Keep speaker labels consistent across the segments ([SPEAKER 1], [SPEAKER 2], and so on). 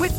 [SPEAKER 1] With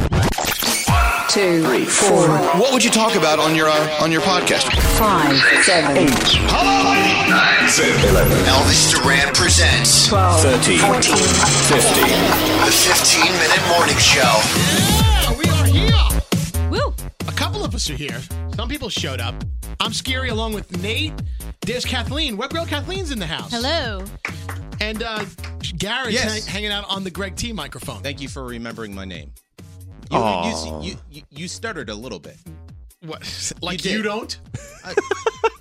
[SPEAKER 2] One, two, three, four.
[SPEAKER 3] What would you talk about on your uh, on your podcast?
[SPEAKER 2] Five, six, seven, eight.
[SPEAKER 3] Hello, eight, nine, seven, eleven. Elvis Duran presents
[SPEAKER 2] 12,
[SPEAKER 3] 13,
[SPEAKER 2] 14, 15.
[SPEAKER 3] The 15 minute morning show.
[SPEAKER 4] Yeah, we are here.
[SPEAKER 5] Woo!
[SPEAKER 4] A couple of us are here. Some people showed up. I'm Scary along with Nate. There's Kathleen. Web Girl Kathleen's in the house.
[SPEAKER 5] Hello.
[SPEAKER 4] And uh, Garrett's
[SPEAKER 6] Yes.
[SPEAKER 4] hang- hanging out on the Greg T microphone.
[SPEAKER 6] Thank you for remembering my name. You,
[SPEAKER 4] Aw.
[SPEAKER 6] you, you, you stuttered a little bit.
[SPEAKER 4] What? Like
[SPEAKER 6] did.
[SPEAKER 4] you, don't?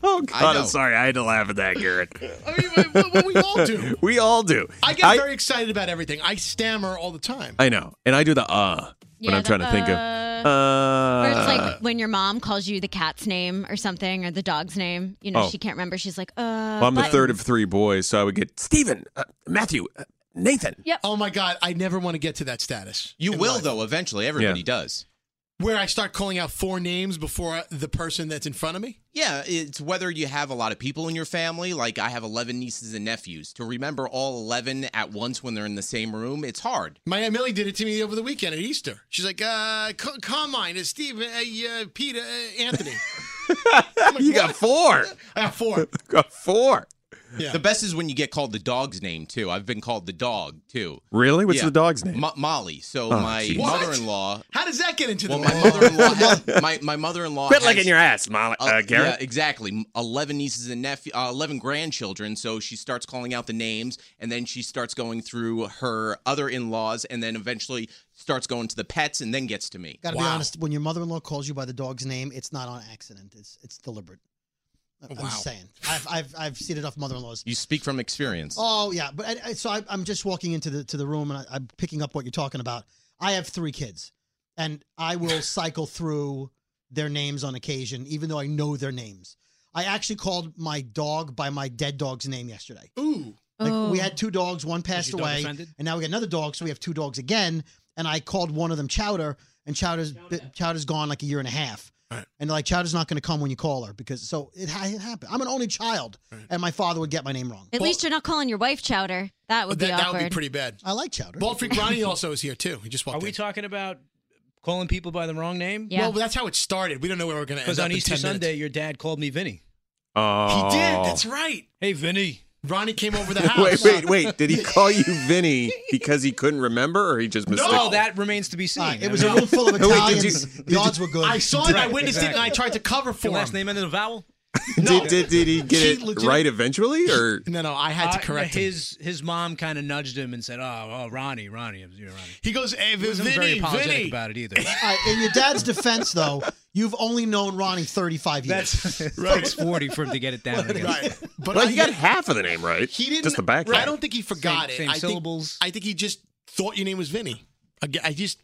[SPEAKER 7] Oh
[SPEAKER 6] I
[SPEAKER 7] God!
[SPEAKER 6] know.
[SPEAKER 7] I'm sorry. I had to laugh at that, Garrett.
[SPEAKER 4] Well, we all do.
[SPEAKER 7] we all do.
[SPEAKER 4] I get very excited about everything. I stammer all the time.
[SPEAKER 7] I know, and I do the uh when
[SPEAKER 8] Yeah,
[SPEAKER 7] I'm
[SPEAKER 8] the
[SPEAKER 7] trying to think of
[SPEAKER 8] uh,
[SPEAKER 7] uh.
[SPEAKER 8] Or it's like when your mom calls you the cat's name or something or the dog's name. You know,
[SPEAKER 7] Oh.
[SPEAKER 8] she can't remember. She's like, uh.
[SPEAKER 7] well, I'm the
[SPEAKER 8] but-
[SPEAKER 7] third of three boys, so I would get Stephen, uh, Matthew, uh, Nathan.
[SPEAKER 8] Yep.
[SPEAKER 4] Oh my God, I never want to get to that status.
[SPEAKER 6] You
[SPEAKER 4] in
[SPEAKER 6] will,
[SPEAKER 4] life.
[SPEAKER 6] though, Oh, eventually. Everybody does.
[SPEAKER 4] Where I start calling out four names before uh, the person that's in front of me.
[SPEAKER 6] Yeah, it's whether you have a lot of people in your family. Like, I have 11 nieces and nephews. To remember all 11 at once when they're in the same room, it's hard.
[SPEAKER 4] My Aunt Millie did it to me over the weekend at Easter. She's like, uh, C- Carmine, it's Steve, uh, uh, Peter, uh, Anthony.
[SPEAKER 7] you got four.
[SPEAKER 4] I got four.
[SPEAKER 7] got four.
[SPEAKER 6] The best is when you get called the dog's name, too. I've been called the dog, too.
[SPEAKER 7] Really? What's
[SPEAKER 6] Yeah.
[SPEAKER 7] the dog's name?
[SPEAKER 6] Mo- Molly. So,
[SPEAKER 7] Oh,
[SPEAKER 6] my
[SPEAKER 7] geez.
[SPEAKER 4] What?
[SPEAKER 6] mother in law.
[SPEAKER 4] How does that get into
[SPEAKER 6] Well,
[SPEAKER 4] the
[SPEAKER 6] my mother-in-law has my, my mother-in-law.
[SPEAKER 7] Quit
[SPEAKER 6] has-
[SPEAKER 7] licking your ass, Molly, uh, Garrett.
[SPEAKER 6] Yeah, exactly. Eleven nieces and nephew, uh, eleven grandchildren. So she starts calling out the names, and then she starts going through her other in-laws, and then eventually starts going to the pets, and then gets to me.
[SPEAKER 9] Gotta be honest. When your mother-in-law calls you by the dog's name, it's not on accident. It's it's deliberate. I- I'm
[SPEAKER 6] Wow.
[SPEAKER 9] just saying. I've I've I've seen enough mother-in-laws.
[SPEAKER 6] You speak from experience.
[SPEAKER 9] Oh yeah, but I, I, so I, I'm just walking into the to the room and I, I'm picking up what you're talking about. I have three kids, and I will cycle through their names on occasion, even though I know their names. I actually called my dog by my dead dog's name yesterday.
[SPEAKER 4] Ooh.
[SPEAKER 9] Like we
[SPEAKER 4] Oh.
[SPEAKER 9] had two dogs, one passed
[SPEAKER 4] your dog
[SPEAKER 9] away,
[SPEAKER 4] offended?
[SPEAKER 9] and now we got another dog, so we have two dogs again. And I called one of them Chowder, and Chowder's Chowder's gone like a year and a half. And they're like, Chowder's not going to come when you call her because so it, ha- it happened. I'm an only child, and my father would get my name wrong.
[SPEAKER 8] At least you're not calling your wife chowder. That would be
[SPEAKER 4] that,
[SPEAKER 8] awkward.
[SPEAKER 4] that would be pretty bad.
[SPEAKER 9] I like Chowder.
[SPEAKER 4] Bald Freak Ronnie also is here too. He just walked
[SPEAKER 10] Are we
[SPEAKER 4] in.
[SPEAKER 10] talking about calling people by the wrong name?
[SPEAKER 4] Well, that's how it started. We don't know where we're going to end
[SPEAKER 10] Because
[SPEAKER 4] up
[SPEAKER 10] on
[SPEAKER 4] in
[SPEAKER 10] Easter
[SPEAKER 4] 10 minutes.
[SPEAKER 10] Sunday, your dad called me Vinny.
[SPEAKER 7] Oh.
[SPEAKER 4] He did. That's right.
[SPEAKER 10] Hey, Vinny.
[SPEAKER 4] Ronnie came over the
[SPEAKER 7] wait,
[SPEAKER 4] house.
[SPEAKER 7] wait, wait. Did he call you Vinny because he couldn't remember or he just mistook?
[SPEAKER 10] No, that remains to be seen.
[SPEAKER 9] it was a room full of
[SPEAKER 7] Wait, did you-
[SPEAKER 9] Italians. the odds were good.
[SPEAKER 4] I saw it. I witnessed it, and I tried to cover for
[SPEAKER 10] Your last
[SPEAKER 4] him.
[SPEAKER 10] name ended in a vowel?
[SPEAKER 7] did, did, did he get
[SPEAKER 4] He
[SPEAKER 7] it
[SPEAKER 4] legit-
[SPEAKER 7] right eventually or
[SPEAKER 4] No, no, I had to
[SPEAKER 10] Uh,
[SPEAKER 4] correct him.
[SPEAKER 10] his, His mom kind of nudged him and said, oh, oh Ronnie, Ronnie. It was you, Ronnie.
[SPEAKER 4] He goes, hey,
[SPEAKER 10] He wasn't
[SPEAKER 4] Vinny,
[SPEAKER 10] very apologetic
[SPEAKER 4] Vinny.
[SPEAKER 10] about it either.
[SPEAKER 9] All right, in your dad's defense, though, you've only known Ronnie 35 years.
[SPEAKER 10] That's it takes 40 for him to get it down. again.
[SPEAKER 4] Right. But
[SPEAKER 7] well,
[SPEAKER 4] I-
[SPEAKER 7] you got half of the name right.
[SPEAKER 4] He didn't.
[SPEAKER 7] Just the back
[SPEAKER 4] right, I
[SPEAKER 7] half.
[SPEAKER 4] don't think he forgot
[SPEAKER 10] Same-
[SPEAKER 4] it.
[SPEAKER 10] same
[SPEAKER 4] I think-
[SPEAKER 10] syllables.
[SPEAKER 4] I think he just thought your name was Vinny. I ge- I just.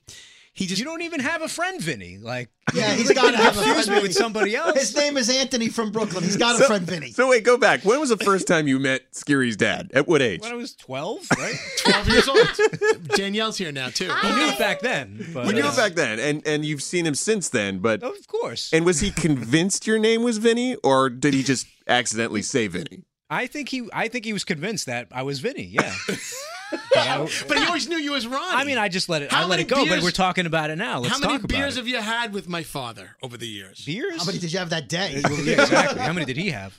[SPEAKER 4] He just.
[SPEAKER 10] You don't even have a friend, Vinny. Like,
[SPEAKER 9] yeah, he's got to have a
[SPEAKER 10] confuse
[SPEAKER 9] friend.
[SPEAKER 10] me with somebody else.
[SPEAKER 9] His name is Anthony from Brooklyn. He's got a friend Vinny.
[SPEAKER 7] So wait, go back. When was the first time you met Scary's dad? At what age?
[SPEAKER 10] When I was 12, right?
[SPEAKER 4] 12 years old. Danielle's here now, too.
[SPEAKER 10] I knew it back then. But,
[SPEAKER 7] You knew
[SPEAKER 10] uh,
[SPEAKER 7] it back then, and and you've seen him since then. But
[SPEAKER 10] Of course.
[SPEAKER 7] and was he convinced your name was Vinny, or did he just accidentally say Vinny?
[SPEAKER 10] I think he I think he was convinced that I was Vinny, yeah.
[SPEAKER 4] But he always knew you was Ronnie.
[SPEAKER 10] I mean, I just let it
[SPEAKER 4] How
[SPEAKER 10] I let
[SPEAKER 4] many
[SPEAKER 10] it go, but
[SPEAKER 4] beers-
[SPEAKER 10] we're talking about it now. Let's
[SPEAKER 4] How many
[SPEAKER 10] talk
[SPEAKER 4] beers
[SPEAKER 10] about
[SPEAKER 4] have you had with my father over the years?
[SPEAKER 10] it. beers?
[SPEAKER 9] How many did you have that day?
[SPEAKER 10] Well, yeah, exactly. How many did he have?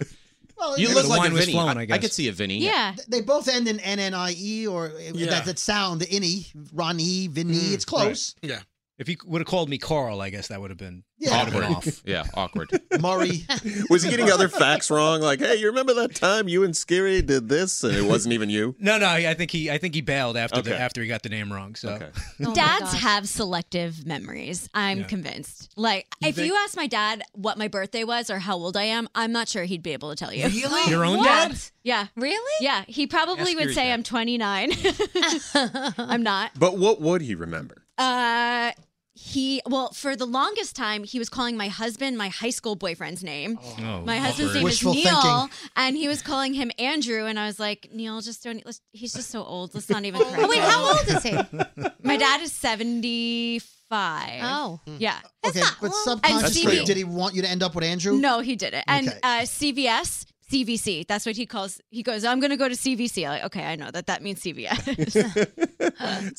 [SPEAKER 9] Well,
[SPEAKER 6] You
[SPEAKER 9] they-
[SPEAKER 6] look
[SPEAKER 10] the
[SPEAKER 6] like
[SPEAKER 10] wine
[SPEAKER 6] a
[SPEAKER 10] was
[SPEAKER 6] Vinny.
[SPEAKER 10] flowing, I
[SPEAKER 6] I,
[SPEAKER 10] guess.
[SPEAKER 6] could see a Vinny.
[SPEAKER 8] yeah.
[SPEAKER 9] they both end in N-N-I-E E or
[SPEAKER 4] Yeah.
[SPEAKER 9] that, that sound, innie, Ronnie, Vinny.
[SPEAKER 10] Mm,
[SPEAKER 9] it's close.
[SPEAKER 4] Mm, Yeah.
[SPEAKER 10] If he would have called me Carl, I guess that would have been
[SPEAKER 9] Yeah.
[SPEAKER 10] that would've been off.
[SPEAKER 6] Yeah, awkward.
[SPEAKER 9] Murray.
[SPEAKER 7] Was he getting other facts wrong? Like, hey, you remember that time you and Scary did this, and it wasn't even you?
[SPEAKER 10] No, no, I think he I think he bailed after the,
[SPEAKER 7] Okay.
[SPEAKER 10] after he got the name wrong. So
[SPEAKER 7] Okay.
[SPEAKER 8] Oh Dads have selective memories. I'm convinced. Like, if
[SPEAKER 10] think-
[SPEAKER 8] you asked my dad what my birthday was or how old I am, I'm not sure he'd be able to tell you.
[SPEAKER 4] Really?
[SPEAKER 10] your own
[SPEAKER 8] What?
[SPEAKER 10] dad?
[SPEAKER 8] Yeah.
[SPEAKER 11] Really?
[SPEAKER 8] Yeah. He probably
[SPEAKER 6] Ask
[SPEAKER 8] would
[SPEAKER 6] your
[SPEAKER 8] say
[SPEAKER 6] dad.
[SPEAKER 8] I'm 29. I'm not.
[SPEAKER 7] But what would he remember?
[SPEAKER 8] Uh, he well for the longest time he was calling my husband my high school boyfriend's name.
[SPEAKER 10] Oh,
[SPEAKER 8] my husband's
[SPEAKER 10] awkward.
[SPEAKER 8] name
[SPEAKER 9] Wishful
[SPEAKER 8] is
[SPEAKER 9] thinking.
[SPEAKER 8] Neil, and he was calling him Andrew, and I was like, Neil, just don't. e-, Let's, he's just so old. Let's not even.
[SPEAKER 11] Oh, wait, how old is he?
[SPEAKER 8] My dad is seventy five.
[SPEAKER 11] Oh.
[SPEAKER 8] yeah.
[SPEAKER 9] Okay, but
[SPEAKER 8] Stevie.
[SPEAKER 9] subconsciously, did he want you to end up with Andrew?
[SPEAKER 8] No, he didn't. And
[SPEAKER 9] Okay.
[SPEAKER 8] uh, CVS, CVC. That's what he calls. He goes, I'm going to go to CVC. I'm like, okay, I know that. That means CVS.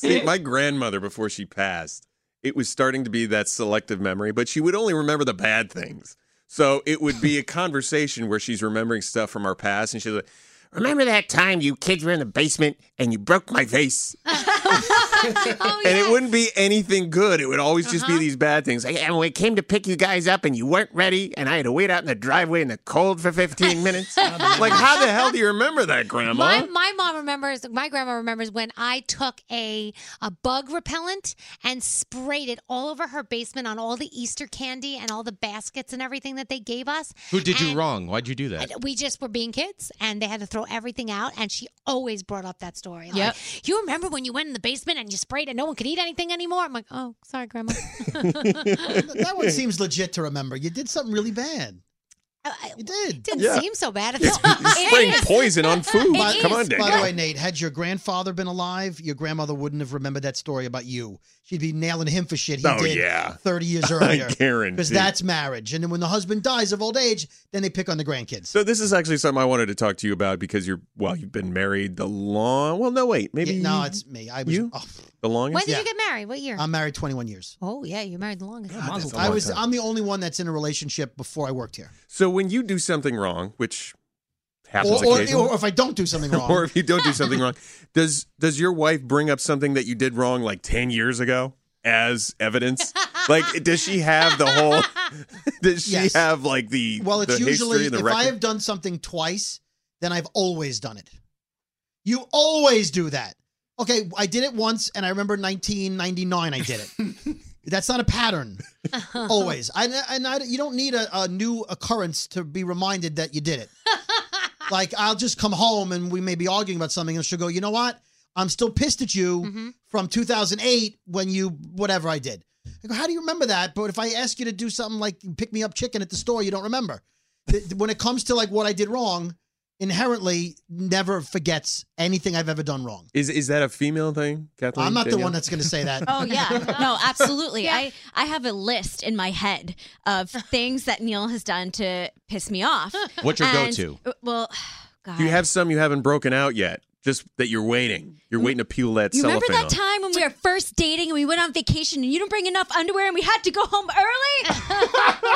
[SPEAKER 7] See, my grandmother before she passed, it was starting to be that selective memory, but she would only remember the bad things. So it would be a conversation where she's remembering stuff from our past, and she's like, "Remember that time you kids were in the basement and you broke my vase?" and it wouldn't be anything good. It would always just be these bad things. Like, and when it came to pick you guys up and you weren't ready, and I had to wait out in the driveway in the cold for 15 minutes. like, how the hell do you remember that, Grandma?
[SPEAKER 11] My, my mom remembers, my grandma remembers when I took a, a bug repellent and sprayed it all over her basement on all the Easter candy and all the baskets and everything that they gave us.
[SPEAKER 6] Who did you
[SPEAKER 11] And
[SPEAKER 6] wrong? Why'd you do that?
[SPEAKER 11] We just were being kids and they had to throw everything out. And she always brought up that story. Like,
[SPEAKER 8] Yep.
[SPEAKER 11] You remember when you went in the basement and you sprayed and no one could eat anything anymore? I'm like, oh, sorry, grandma.
[SPEAKER 9] that one seems legit to remember. You did something really bad. You did.
[SPEAKER 11] Didn't
[SPEAKER 7] Yeah.
[SPEAKER 11] seem so bad.
[SPEAKER 7] It's- you're spraying poison on food.
[SPEAKER 9] By,
[SPEAKER 7] Come on, Dick.
[SPEAKER 9] by the way, Nate, had your grandfather been alive, your grandmother wouldn't have remembered that story about you. She'd be nailing him for shit he
[SPEAKER 7] Oh,
[SPEAKER 9] did
[SPEAKER 7] yeah.
[SPEAKER 9] 30 years earlier.
[SPEAKER 7] guarantee.
[SPEAKER 9] Because that's marriage. And then when the husband dies of old age, then they pick on the grandkids.
[SPEAKER 7] So this is actually something I wanted to talk to you about because you're well, you've been married the long. Well, no, wait, maybe
[SPEAKER 9] Yeah, no, it's me. I was
[SPEAKER 7] you?
[SPEAKER 9] oh,
[SPEAKER 7] the longest.
[SPEAKER 11] When did
[SPEAKER 9] Yeah.
[SPEAKER 11] you get married? What year?
[SPEAKER 9] I'm married 21 years.
[SPEAKER 11] oh, yeah, you married the longest.
[SPEAKER 10] Mazel
[SPEAKER 9] I
[SPEAKER 10] tov.
[SPEAKER 9] was I'm the only one that's in a relationship before I worked here.
[SPEAKER 7] So when you do something wrong, which happens
[SPEAKER 9] Or, or,
[SPEAKER 7] occasionally,
[SPEAKER 9] or if I don't do something wrong.
[SPEAKER 7] or if you don't do something wrong, does does your wife bring up something that you did wrong like ten years ago as evidence? like, does she have the whole? Does she
[SPEAKER 9] Yes.
[SPEAKER 7] have like the
[SPEAKER 9] Well, it's
[SPEAKER 7] the
[SPEAKER 9] usually
[SPEAKER 7] history, the
[SPEAKER 9] if
[SPEAKER 7] record?
[SPEAKER 9] I have done something twice, then I've always done it. You always do that. Okay, I did it once, and I remember 1999. I did it. That's not a pattern. always, I, and I, you don't need a, a new occurrence to be reminded that you did it. like I'll just come home and we may be arguing about something, and she'll go, "You know what? I'm still pissed at you from 2008 when you whatever I did." I go, "How do you remember that?" But if I ask you to do something like pick me up chicken at the store, you don't remember. Th- th- when it comes to like what I did wrong, inherently never forgets anything I've ever done wrong.
[SPEAKER 7] Is is that a female thing, Kathleen?
[SPEAKER 9] I'm not the
[SPEAKER 7] Danielle?
[SPEAKER 9] one that's going to say that.
[SPEAKER 8] Oh yeah, no, absolutely. I I have a list in my head of things that Neil has done to piss me off.
[SPEAKER 7] What's your
[SPEAKER 8] And- uh,
[SPEAKER 7] go-to?
[SPEAKER 8] Well, God.
[SPEAKER 7] You have some you haven't broken out yet. Just that you're waiting. You're waiting to peel that
[SPEAKER 8] You
[SPEAKER 7] cellophane
[SPEAKER 8] remember
[SPEAKER 7] off.
[SPEAKER 8] that time when we were first dating and we went on vacation and you didn't bring enough underwear and we had to go home early?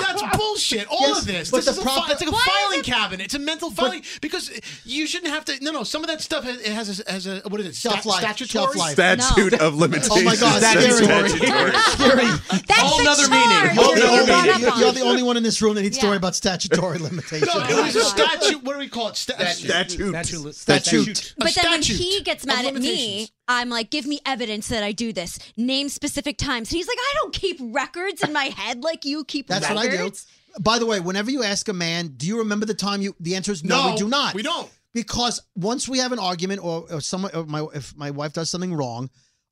[SPEAKER 4] That's bullshit. All
[SPEAKER 9] Yes,
[SPEAKER 4] of this.
[SPEAKER 9] but
[SPEAKER 4] This
[SPEAKER 9] the
[SPEAKER 4] is a
[SPEAKER 9] proper-
[SPEAKER 4] fi- it's like a
[SPEAKER 9] Why is
[SPEAKER 4] filing
[SPEAKER 9] it-
[SPEAKER 4] cabinet. It's a mental filing because you shouldn't have to. No, no. Some of that stuff has, it has a, has a what is it?
[SPEAKER 9] Shelf life,
[SPEAKER 4] Statutory.
[SPEAKER 9] shelf life.
[SPEAKER 7] Statute of limitations.
[SPEAKER 9] Oh my God,
[SPEAKER 7] That's
[SPEAKER 9] scary.
[SPEAKER 7] statutory.
[SPEAKER 8] That's
[SPEAKER 7] Whole
[SPEAKER 8] the
[SPEAKER 7] nother
[SPEAKER 8] charge.
[SPEAKER 7] meaning. Whole
[SPEAKER 9] You're the,
[SPEAKER 7] nother
[SPEAKER 9] only,
[SPEAKER 7] meaning.
[SPEAKER 9] you're the only one in this room that needs to worry about statutory limitations.
[SPEAKER 4] No, it was a statute. What do we call it? Sta- statute. Statute.
[SPEAKER 9] Statute.
[SPEAKER 8] But
[SPEAKER 4] A
[SPEAKER 8] then when
[SPEAKER 4] statute
[SPEAKER 8] he gets
[SPEAKER 4] of
[SPEAKER 8] mad at me,
[SPEAKER 4] limitations.
[SPEAKER 8] I'm like, give me evidence that I do this. Name specific times. And he's like, I don't keep records in my head like you keep
[SPEAKER 9] That's
[SPEAKER 8] records.
[SPEAKER 9] what I do. By the way, whenever you ask a man, do you remember the time you? The answer is no,
[SPEAKER 4] No,
[SPEAKER 9] we do not.
[SPEAKER 4] we don't.
[SPEAKER 9] Because once we have an argument, or, or someone, or my if my wife does something wrong,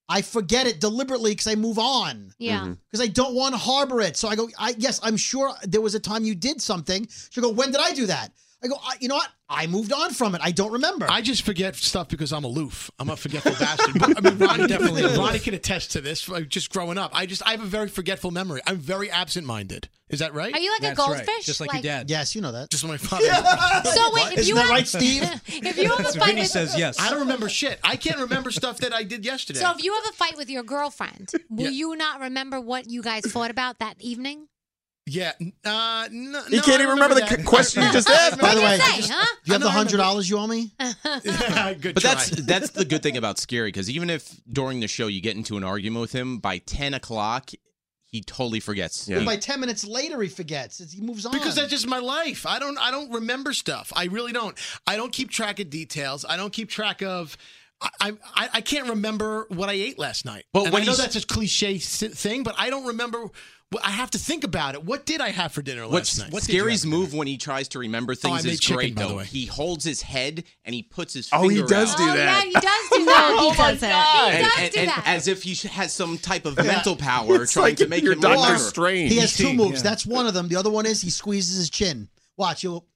[SPEAKER 9] I forget it deliberately because I move on.
[SPEAKER 8] Yeah.
[SPEAKER 4] Mm-hmm.
[SPEAKER 8] Mhm.
[SPEAKER 9] Because I don't want to harbor it. So I go. I yes, I'm sure there was a time you did something. She'll go. When did I do that? I go. I, you know what? I moved on from it. I don't remember.
[SPEAKER 4] I just forget stuff because I'm aloof. I'm a forgetful bastard. But, I mean, Ronnie definitely. Ronnie can attest to this. like, Just growing up, I just I have a very forgetful memory. I'm very absent-minded. Is that right?
[SPEAKER 11] Are you like a That's right, goldfish? just like your Like- dad.
[SPEAKER 9] Yes, you know that.
[SPEAKER 4] Just like my father.
[SPEAKER 11] So wait, if
[SPEAKER 4] Isn't
[SPEAKER 11] you
[SPEAKER 4] that
[SPEAKER 11] have,
[SPEAKER 4] right, Steve?
[SPEAKER 11] if you have a fight with,
[SPEAKER 4] I don't remember shit. I can't remember stuff that I did yesterday.
[SPEAKER 11] so if you have a fight with your girlfriend, will
[SPEAKER 4] Yeah.
[SPEAKER 11] you not remember what you guys fought about that evening?
[SPEAKER 4] yeah, n- uh, no,
[SPEAKER 7] He
[SPEAKER 4] no,
[SPEAKER 7] can't
[SPEAKER 4] I
[SPEAKER 7] even remember the
[SPEAKER 4] that.
[SPEAKER 7] question you just asked.
[SPEAKER 9] By the way,
[SPEAKER 11] What'd you say, huh?
[SPEAKER 9] do you have the
[SPEAKER 4] I know, I
[SPEAKER 9] hundred dollars you owe me?
[SPEAKER 6] but that's that's the good thing about Scary because even if during the show you get into an argument with him, by ten o'clock he totally forgets.
[SPEAKER 9] And by ten minutes later, he forgets. It's- He moves on.
[SPEAKER 4] because that's just my life. I don't I don't remember stuff. I really don't. I don't keep track of details. I don't keep track of. I I, I can't remember what I ate last night.
[SPEAKER 6] But
[SPEAKER 4] and
[SPEAKER 6] when
[SPEAKER 4] I know
[SPEAKER 6] he's-
[SPEAKER 4] that's a cliche s- thing, but I don't remember. wh- I have to think about it. What did I have for dinner last
[SPEAKER 6] What's
[SPEAKER 4] night? What did you
[SPEAKER 6] Scary's move when he tries to remember things
[SPEAKER 4] made
[SPEAKER 6] is
[SPEAKER 4] chicken,
[SPEAKER 6] great
[SPEAKER 4] by the
[SPEAKER 6] though.
[SPEAKER 4] way.
[SPEAKER 6] He holds his head and he puts his
[SPEAKER 7] Oh, he
[SPEAKER 6] finger
[SPEAKER 7] does
[SPEAKER 6] out.
[SPEAKER 7] do Oh, that.
[SPEAKER 11] Yeah, he does do that.
[SPEAKER 6] Oh,
[SPEAKER 11] he
[SPEAKER 6] my
[SPEAKER 11] does
[SPEAKER 6] God.
[SPEAKER 11] that. He
[SPEAKER 6] And,
[SPEAKER 11] does
[SPEAKER 6] and-
[SPEAKER 11] do
[SPEAKER 6] and
[SPEAKER 11] that.
[SPEAKER 6] as if he sh- has some type of mental power
[SPEAKER 7] It's
[SPEAKER 6] trying
[SPEAKER 7] like
[SPEAKER 6] to make
[SPEAKER 7] you're
[SPEAKER 6] him
[SPEAKER 7] Dr.
[SPEAKER 6] remember.
[SPEAKER 7] Strange.
[SPEAKER 9] He has two
[SPEAKER 7] Team,
[SPEAKER 9] moves.
[SPEAKER 7] yeah.
[SPEAKER 9] That's one of them. The other one is he squeezes his chin. Watch, you'll.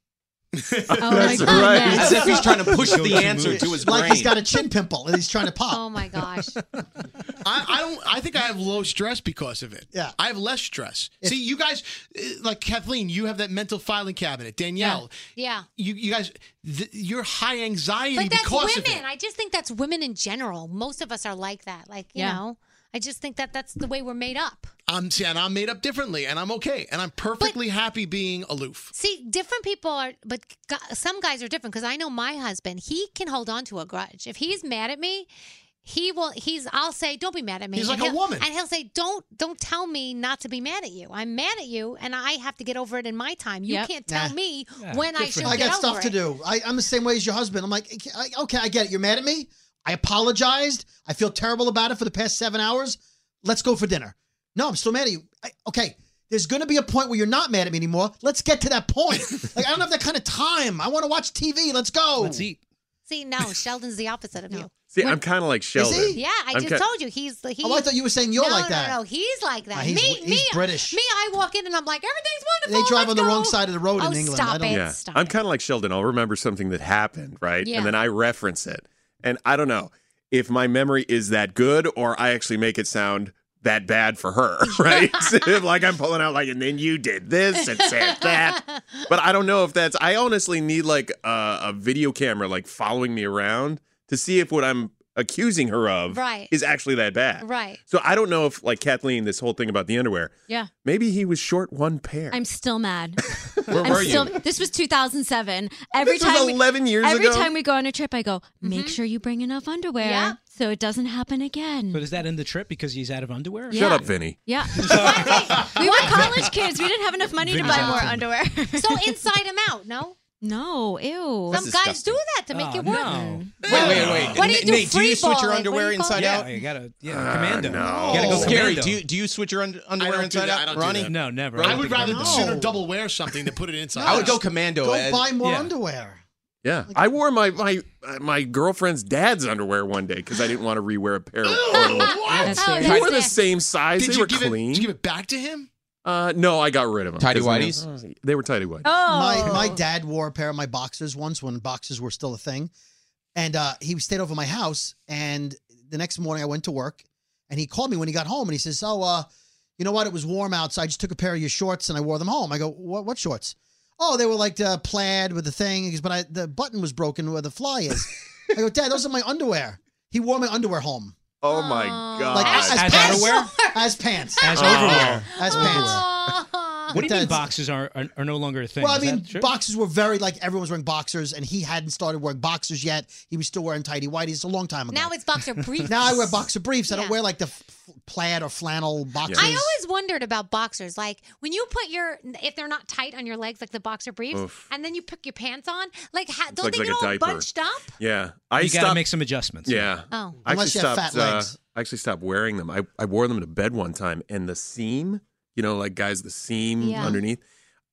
[SPEAKER 8] Oh my
[SPEAKER 7] That's right.
[SPEAKER 6] As if he's trying to push the answer to his brain.
[SPEAKER 9] Like he's got a chin pimple and he's trying to pop.
[SPEAKER 11] Oh my gosh.
[SPEAKER 4] I, I don't. I think I have low stress because of it. Yeah, I have less stress. See, you guys, uh, like Kathleen, you have that mental filing cabinet. Danielle,
[SPEAKER 11] Yeah.
[SPEAKER 4] you you guys, th- you're high anxiety
[SPEAKER 11] But that's
[SPEAKER 4] because of
[SPEAKER 11] women.
[SPEAKER 4] it.
[SPEAKER 11] I just think that's women in general. Most of us are like that. Like, you
[SPEAKER 4] Yeah.
[SPEAKER 11] know, I just think that that's the way we're made up.
[SPEAKER 4] I'm saying I'm made up differently, and I'm okay, and I'm perfectly happy being aloof.
[SPEAKER 11] See, different people are, but gu- some guys are different because I know my husband, he can hold on to a grudge. If he's mad at me, he will, he's, I'll say, don't be mad at me.
[SPEAKER 4] He's
[SPEAKER 11] And
[SPEAKER 4] like a
[SPEAKER 11] he'll-
[SPEAKER 4] woman.
[SPEAKER 11] And he'll say, don't, don't tell me not to be mad at you. I'm mad at you and I have to get over it in my time. You
[SPEAKER 9] Yep.
[SPEAKER 11] can't tell
[SPEAKER 9] Nah.
[SPEAKER 11] me when I should
[SPEAKER 9] I
[SPEAKER 11] get
[SPEAKER 9] got
[SPEAKER 11] over
[SPEAKER 9] stuff to
[SPEAKER 11] it.
[SPEAKER 9] do. I, I'm the same way as your husband. I'm like, okay, I- okay, I get it. You're mad at me. I apologized. I feel terrible about it for the past seven hours. Let's go for dinner. No, I'm still mad at you. I, okay, there's going to be a point where you're not mad at me anymore. Let's get to that point. like I don't have that kind of time. I want to watch TV. Let's go. Let's
[SPEAKER 10] eat.
[SPEAKER 11] See, no, Sheldon's the opposite of you.
[SPEAKER 7] See, I'm kind of like Sheldon.
[SPEAKER 11] Yeah, I
[SPEAKER 7] I'm
[SPEAKER 11] just
[SPEAKER 7] ki-
[SPEAKER 11] told you he's he.
[SPEAKER 9] Oh, I thought you were saying you're
[SPEAKER 11] no,
[SPEAKER 9] like that.
[SPEAKER 11] No, no, he's like that.
[SPEAKER 9] Ah, he's-
[SPEAKER 11] me,
[SPEAKER 9] he's
[SPEAKER 11] me,
[SPEAKER 9] British.
[SPEAKER 11] Me, I walk in and I'm like, everything's wonderful.
[SPEAKER 9] They drive
[SPEAKER 11] let's
[SPEAKER 9] on the wrong
[SPEAKER 11] go."
[SPEAKER 9] side of the road
[SPEAKER 11] Oh,
[SPEAKER 9] in England. I
[SPEAKER 11] Stop
[SPEAKER 9] don't-
[SPEAKER 11] it.
[SPEAKER 9] Yeah.
[SPEAKER 11] Stop
[SPEAKER 7] I'm
[SPEAKER 11] it.
[SPEAKER 7] kind of like Sheldon. I'll remember something that happened, right?
[SPEAKER 11] Yeah.
[SPEAKER 7] And then I reference it. And I don't know if my memory is that good or I actually make it sound that bad for her, right? like I'm pulling out like, and then you did this and said that. But I don't know if that's. I honestly need like a, a video camera like following me around to see if what I'm accusing her of
[SPEAKER 8] Right.
[SPEAKER 7] is actually that bad.
[SPEAKER 8] Right.
[SPEAKER 7] So I don't know if like Kathleen, this whole thing about the underwear.
[SPEAKER 8] Yeah.
[SPEAKER 7] Maybe he was short one pair.
[SPEAKER 8] I'm still mad.
[SPEAKER 7] Where
[SPEAKER 8] I'm
[SPEAKER 7] were
[SPEAKER 8] still,
[SPEAKER 7] you?
[SPEAKER 8] This was 2007. Every
[SPEAKER 7] This was
[SPEAKER 8] time, we-
[SPEAKER 7] 11 years
[SPEAKER 8] every
[SPEAKER 7] ago? Mm-hmm.
[SPEAKER 8] time we go on a trip, I go, make sure you bring enough underwear
[SPEAKER 11] Yeah.
[SPEAKER 8] so it doesn't happen again.
[SPEAKER 10] But is that in the trip because he's out of underwear?
[SPEAKER 8] Shut Yeah. up,
[SPEAKER 7] Vinny.
[SPEAKER 8] Yeah. we were college kids. We didn't have enough money to
[SPEAKER 10] Vinny's
[SPEAKER 8] buy
[SPEAKER 10] out
[SPEAKER 8] more
[SPEAKER 10] of
[SPEAKER 8] underwear.
[SPEAKER 11] so inside him out. No,
[SPEAKER 8] No, ew.
[SPEAKER 11] some guys do that to make it work.
[SPEAKER 6] Wait, wait, wait.
[SPEAKER 11] What do you do,
[SPEAKER 6] Nate, do you
[SPEAKER 11] free
[SPEAKER 6] switch your
[SPEAKER 11] balling?
[SPEAKER 6] underwear
[SPEAKER 11] What do you call
[SPEAKER 6] inside
[SPEAKER 11] it? Uh,
[SPEAKER 6] out?
[SPEAKER 10] Yeah, you gotta- yeah, commando.
[SPEAKER 6] No.
[SPEAKER 10] You gotta go
[SPEAKER 6] Scary.
[SPEAKER 10] commando.
[SPEAKER 6] Do you, do you switch your un- underwear
[SPEAKER 4] don't do
[SPEAKER 6] inside
[SPEAKER 4] that.
[SPEAKER 6] out,
[SPEAKER 4] I don't do
[SPEAKER 6] Ronnie?
[SPEAKER 4] that.
[SPEAKER 10] No, never.
[SPEAKER 4] I would rather
[SPEAKER 10] No.
[SPEAKER 4] sooner double wear something than put it inside.
[SPEAKER 6] I would go commando.
[SPEAKER 9] Go
[SPEAKER 6] Ed.
[SPEAKER 9] buy more
[SPEAKER 6] Yeah.
[SPEAKER 9] underwear.
[SPEAKER 7] Yeah, I wore my my uh, my girlfriend's dad's underwear one day because I didn't want to rewear a pair. Of
[SPEAKER 4] What?
[SPEAKER 7] they were the same size.
[SPEAKER 4] Did
[SPEAKER 7] they
[SPEAKER 4] you
[SPEAKER 7] were
[SPEAKER 4] give it-
[SPEAKER 7] clean.
[SPEAKER 4] Did you give it back to him?
[SPEAKER 7] Uh, no, I got rid of them.
[SPEAKER 6] Tidy
[SPEAKER 7] His name- They were tidy whities.
[SPEAKER 9] My my dad wore a pair of my boxers once when boxers were still a thing, and uh, he stayed over at my house. And the next morning, I went to work, and he called me when he got home, and he says, "Oh, uh, you know what? It was warm out, so I just took a pair of your shorts and I wore them home." I go, "What? What shorts?" Oh, they were like the plaid with the thing, He goes, but I, the button was broken where the fly is. I go, Dad, those are my underwear. He wore my underwear home.
[SPEAKER 7] Oh my god!
[SPEAKER 9] Like as, as pants, as pants,
[SPEAKER 10] As underwear.
[SPEAKER 9] as pants.
[SPEAKER 10] What do you
[SPEAKER 9] That's-
[SPEAKER 10] mean boxes are, are, are no longer a thing?
[SPEAKER 9] Well, I
[SPEAKER 10] Is
[SPEAKER 9] mean,
[SPEAKER 10] that true?
[SPEAKER 9] boxers were very like everyone's wearing boxers, and he hadn't started wearing boxers yet. He was still wearing tidy whities It's a long time ago.
[SPEAKER 11] Now it's boxer briefs.
[SPEAKER 9] now I wear boxer briefs. I don't
[SPEAKER 11] Yeah.
[SPEAKER 9] wear like the f- f- plaid or flannel boxers.
[SPEAKER 11] I always wondered about boxers. Like when you put your if they're not tight on your legs, like the boxer briefs,
[SPEAKER 7] Oof.
[SPEAKER 11] and then you pick your pants on, like ha- don't
[SPEAKER 7] Looks
[SPEAKER 11] they
[SPEAKER 7] like
[SPEAKER 11] get
[SPEAKER 7] a
[SPEAKER 11] all
[SPEAKER 7] diaper.
[SPEAKER 11] bunched up?
[SPEAKER 7] Yeah, I
[SPEAKER 10] You gotta
[SPEAKER 7] stopped-
[SPEAKER 10] make some adjustments.
[SPEAKER 7] Yeah.
[SPEAKER 11] Oh.
[SPEAKER 7] I
[SPEAKER 9] Unless
[SPEAKER 7] actually
[SPEAKER 9] you have fat
[SPEAKER 7] stopped. Uh,
[SPEAKER 9] legs.
[SPEAKER 7] I actually stopped wearing them. I, I wore them to bed one time, and the seam, you know, like guys, the seam
[SPEAKER 11] Yeah.
[SPEAKER 7] underneath.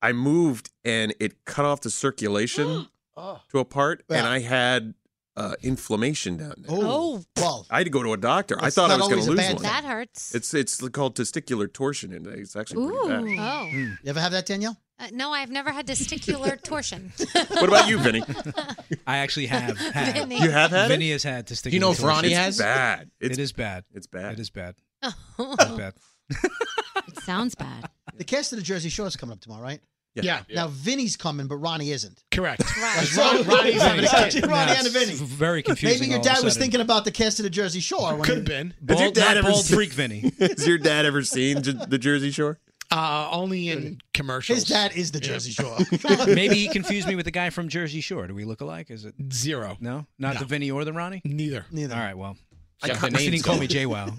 [SPEAKER 7] I moved, and it cut off the circulation
[SPEAKER 11] Oh.
[SPEAKER 7] to a part, and
[SPEAKER 9] Yeah.
[SPEAKER 7] I had uh, inflammation down there.
[SPEAKER 9] Oh, well,
[SPEAKER 7] I had to go to a doctor. I
[SPEAKER 9] It's
[SPEAKER 7] thought I
[SPEAKER 9] not
[SPEAKER 7] was going
[SPEAKER 9] always
[SPEAKER 7] to
[SPEAKER 9] a
[SPEAKER 7] lose
[SPEAKER 9] bad
[SPEAKER 7] one.
[SPEAKER 11] That hurts.
[SPEAKER 7] It's it's called testicular torsion, and it's actually
[SPEAKER 11] Ooh.
[SPEAKER 7] pretty bad.
[SPEAKER 11] Oh.
[SPEAKER 10] Hmm.
[SPEAKER 9] you ever have that, Danielle?
[SPEAKER 11] Uh, no, I've never had testicular torsion.
[SPEAKER 7] What about you, Vinny?
[SPEAKER 10] I actually have had.
[SPEAKER 11] Vinny. You have
[SPEAKER 7] had it?
[SPEAKER 10] Vinny has had testicular.
[SPEAKER 6] you know if
[SPEAKER 10] torsion.
[SPEAKER 6] Ronnie
[SPEAKER 7] it's
[SPEAKER 6] has?
[SPEAKER 7] bad. It's,
[SPEAKER 10] it is bad.
[SPEAKER 7] It's bad.
[SPEAKER 10] It is bad.
[SPEAKER 11] Oh.
[SPEAKER 10] Bad.
[SPEAKER 8] It sounds bad.
[SPEAKER 9] The cast of the Jersey Shore is coming up tomorrow, right?
[SPEAKER 7] Yeah.
[SPEAKER 4] Yeah.
[SPEAKER 9] Now Vinny's coming, but Ronnie isn't.
[SPEAKER 10] Correct.
[SPEAKER 9] Like,
[SPEAKER 4] Ron- Ronnie's
[SPEAKER 9] having a
[SPEAKER 4] Vinny's
[SPEAKER 9] kid.
[SPEAKER 4] kid.
[SPEAKER 9] Ronnie
[SPEAKER 4] No,
[SPEAKER 9] and a
[SPEAKER 4] it's
[SPEAKER 9] Vinny.
[SPEAKER 10] Very confusing.
[SPEAKER 9] Maybe your
[SPEAKER 10] all of a
[SPEAKER 9] dad was
[SPEAKER 10] sudden.
[SPEAKER 9] thinking about the cast of the Jersey Shore. when
[SPEAKER 4] Could
[SPEAKER 9] he-
[SPEAKER 4] have been.
[SPEAKER 7] Has your
[SPEAKER 10] Bald-
[SPEAKER 7] dad
[SPEAKER 10] not
[SPEAKER 7] ever
[SPEAKER 10] bald
[SPEAKER 7] seen-
[SPEAKER 10] freak Vinny.
[SPEAKER 7] Has your dad ever seen J- the Jersey Shore?
[SPEAKER 4] Uh, only in commercials.
[SPEAKER 9] His dad is the Jersey Shore.
[SPEAKER 10] Maybe he confused me with the guy from Jersey Shore. Do we look alike? Is it
[SPEAKER 4] Zero.
[SPEAKER 10] no? Not
[SPEAKER 4] No.
[SPEAKER 10] the Vinny or the Ronnie?
[SPEAKER 4] Neither.
[SPEAKER 9] Neither.
[SPEAKER 10] All right. Well,
[SPEAKER 6] I got
[SPEAKER 10] I
[SPEAKER 6] the
[SPEAKER 10] he
[SPEAKER 6] names
[SPEAKER 10] didn't call
[SPEAKER 6] though.
[SPEAKER 10] me Jay Wow.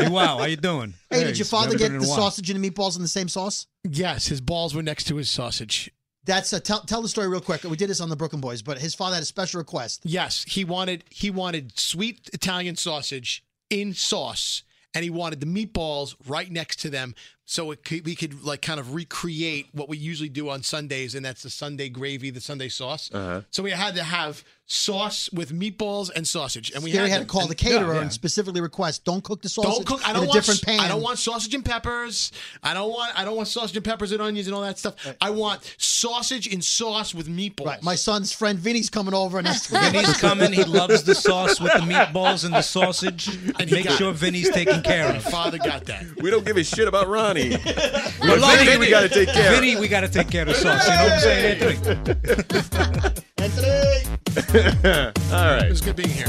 [SPEAKER 10] hey Wow, how you doing?
[SPEAKER 9] Hey, did your father
[SPEAKER 10] haven't
[SPEAKER 9] get
[SPEAKER 10] been in
[SPEAKER 9] the
[SPEAKER 10] a while.
[SPEAKER 9] sausage and the meatballs in the same sauce?
[SPEAKER 4] Yes, his balls were next to his sausage.
[SPEAKER 9] That's a, tell tell the story real quick. We did this on the Brooklyn Boys, but his father had a special request.
[SPEAKER 4] Yes, he wanted he wanted sweet Italian sausage in sauce, and he wanted the meatballs right next to them, so it could, we could like kind of recreate what we usually do on Sundays, and that's the Sunday gravy, the Sunday sauce.
[SPEAKER 7] Uh-huh.
[SPEAKER 4] So we had to have sauce with meatballs and sausage, and we
[SPEAKER 9] We Scary
[SPEAKER 4] had,
[SPEAKER 9] had to
[SPEAKER 4] them.
[SPEAKER 9] call the
[SPEAKER 4] And-
[SPEAKER 9] caterer
[SPEAKER 4] Yeah.
[SPEAKER 9] and specifically request, "Don't cook the sausage
[SPEAKER 4] Don't cook. I
[SPEAKER 9] in
[SPEAKER 4] don't
[SPEAKER 9] a
[SPEAKER 4] want.
[SPEAKER 9] different pan."
[SPEAKER 4] I don't want sausage and peppers. I don't want. I don't want sausage and peppers and onions and all that stuff. I want sausage in sauce with meatballs.
[SPEAKER 9] Right, my son's friend Vinny's coming over, and that's
[SPEAKER 10] Vinny's coming. He loves the sauce with the meatballs and the sausage.
[SPEAKER 4] he
[SPEAKER 10] Make
[SPEAKER 4] got
[SPEAKER 10] sure
[SPEAKER 4] it.
[SPEAKER 10] Vinny's taken care
[SPEAKER 4] My
[SPEAKER 10] of.
[SPEAKER 4] father got that.
[SPEAKER 7] We don't give a shit about Ronnie.
[SPEAKER 10] But
[SPEAKER 7] Vinny, we gotta take care of.
[SPEAKER 10] Vinny, we gotta take care of sauce. You know what I'm saying? Anthony?
[SPEAKER 9] Anthony.
[SPEAKER 7] All right.
[SPEAKER 4] It was good being here.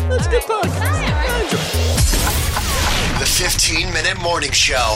[SPEAKER 3] The 15 minute morning show.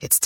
[SPEAKER 12] It's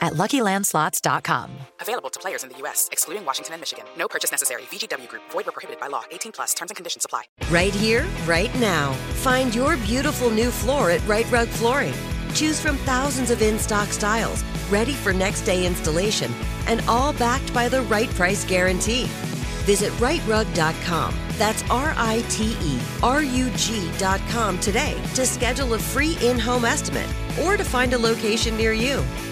[SPEAKER 13] at luckylandslots.com.
[SPEAKER 12] Available to players in the U.S., excluding Washington and Michigan. No purchase necessary. VGW Group, void or prohibited by law. 18 plus terms and conditions apply.
[SPEAKER 14] Right here, right now. Find your beautiful new floor at Right Rug Flooring. Choose from thousands of in stock styles, ready for next day installation, and all backed by the right price guarantee. Visit rightrug.com. That's R I T E R U G.com today to schedule a free in home estimate or to find a location near you.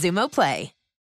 [SPEAKER 15] Zumo Play.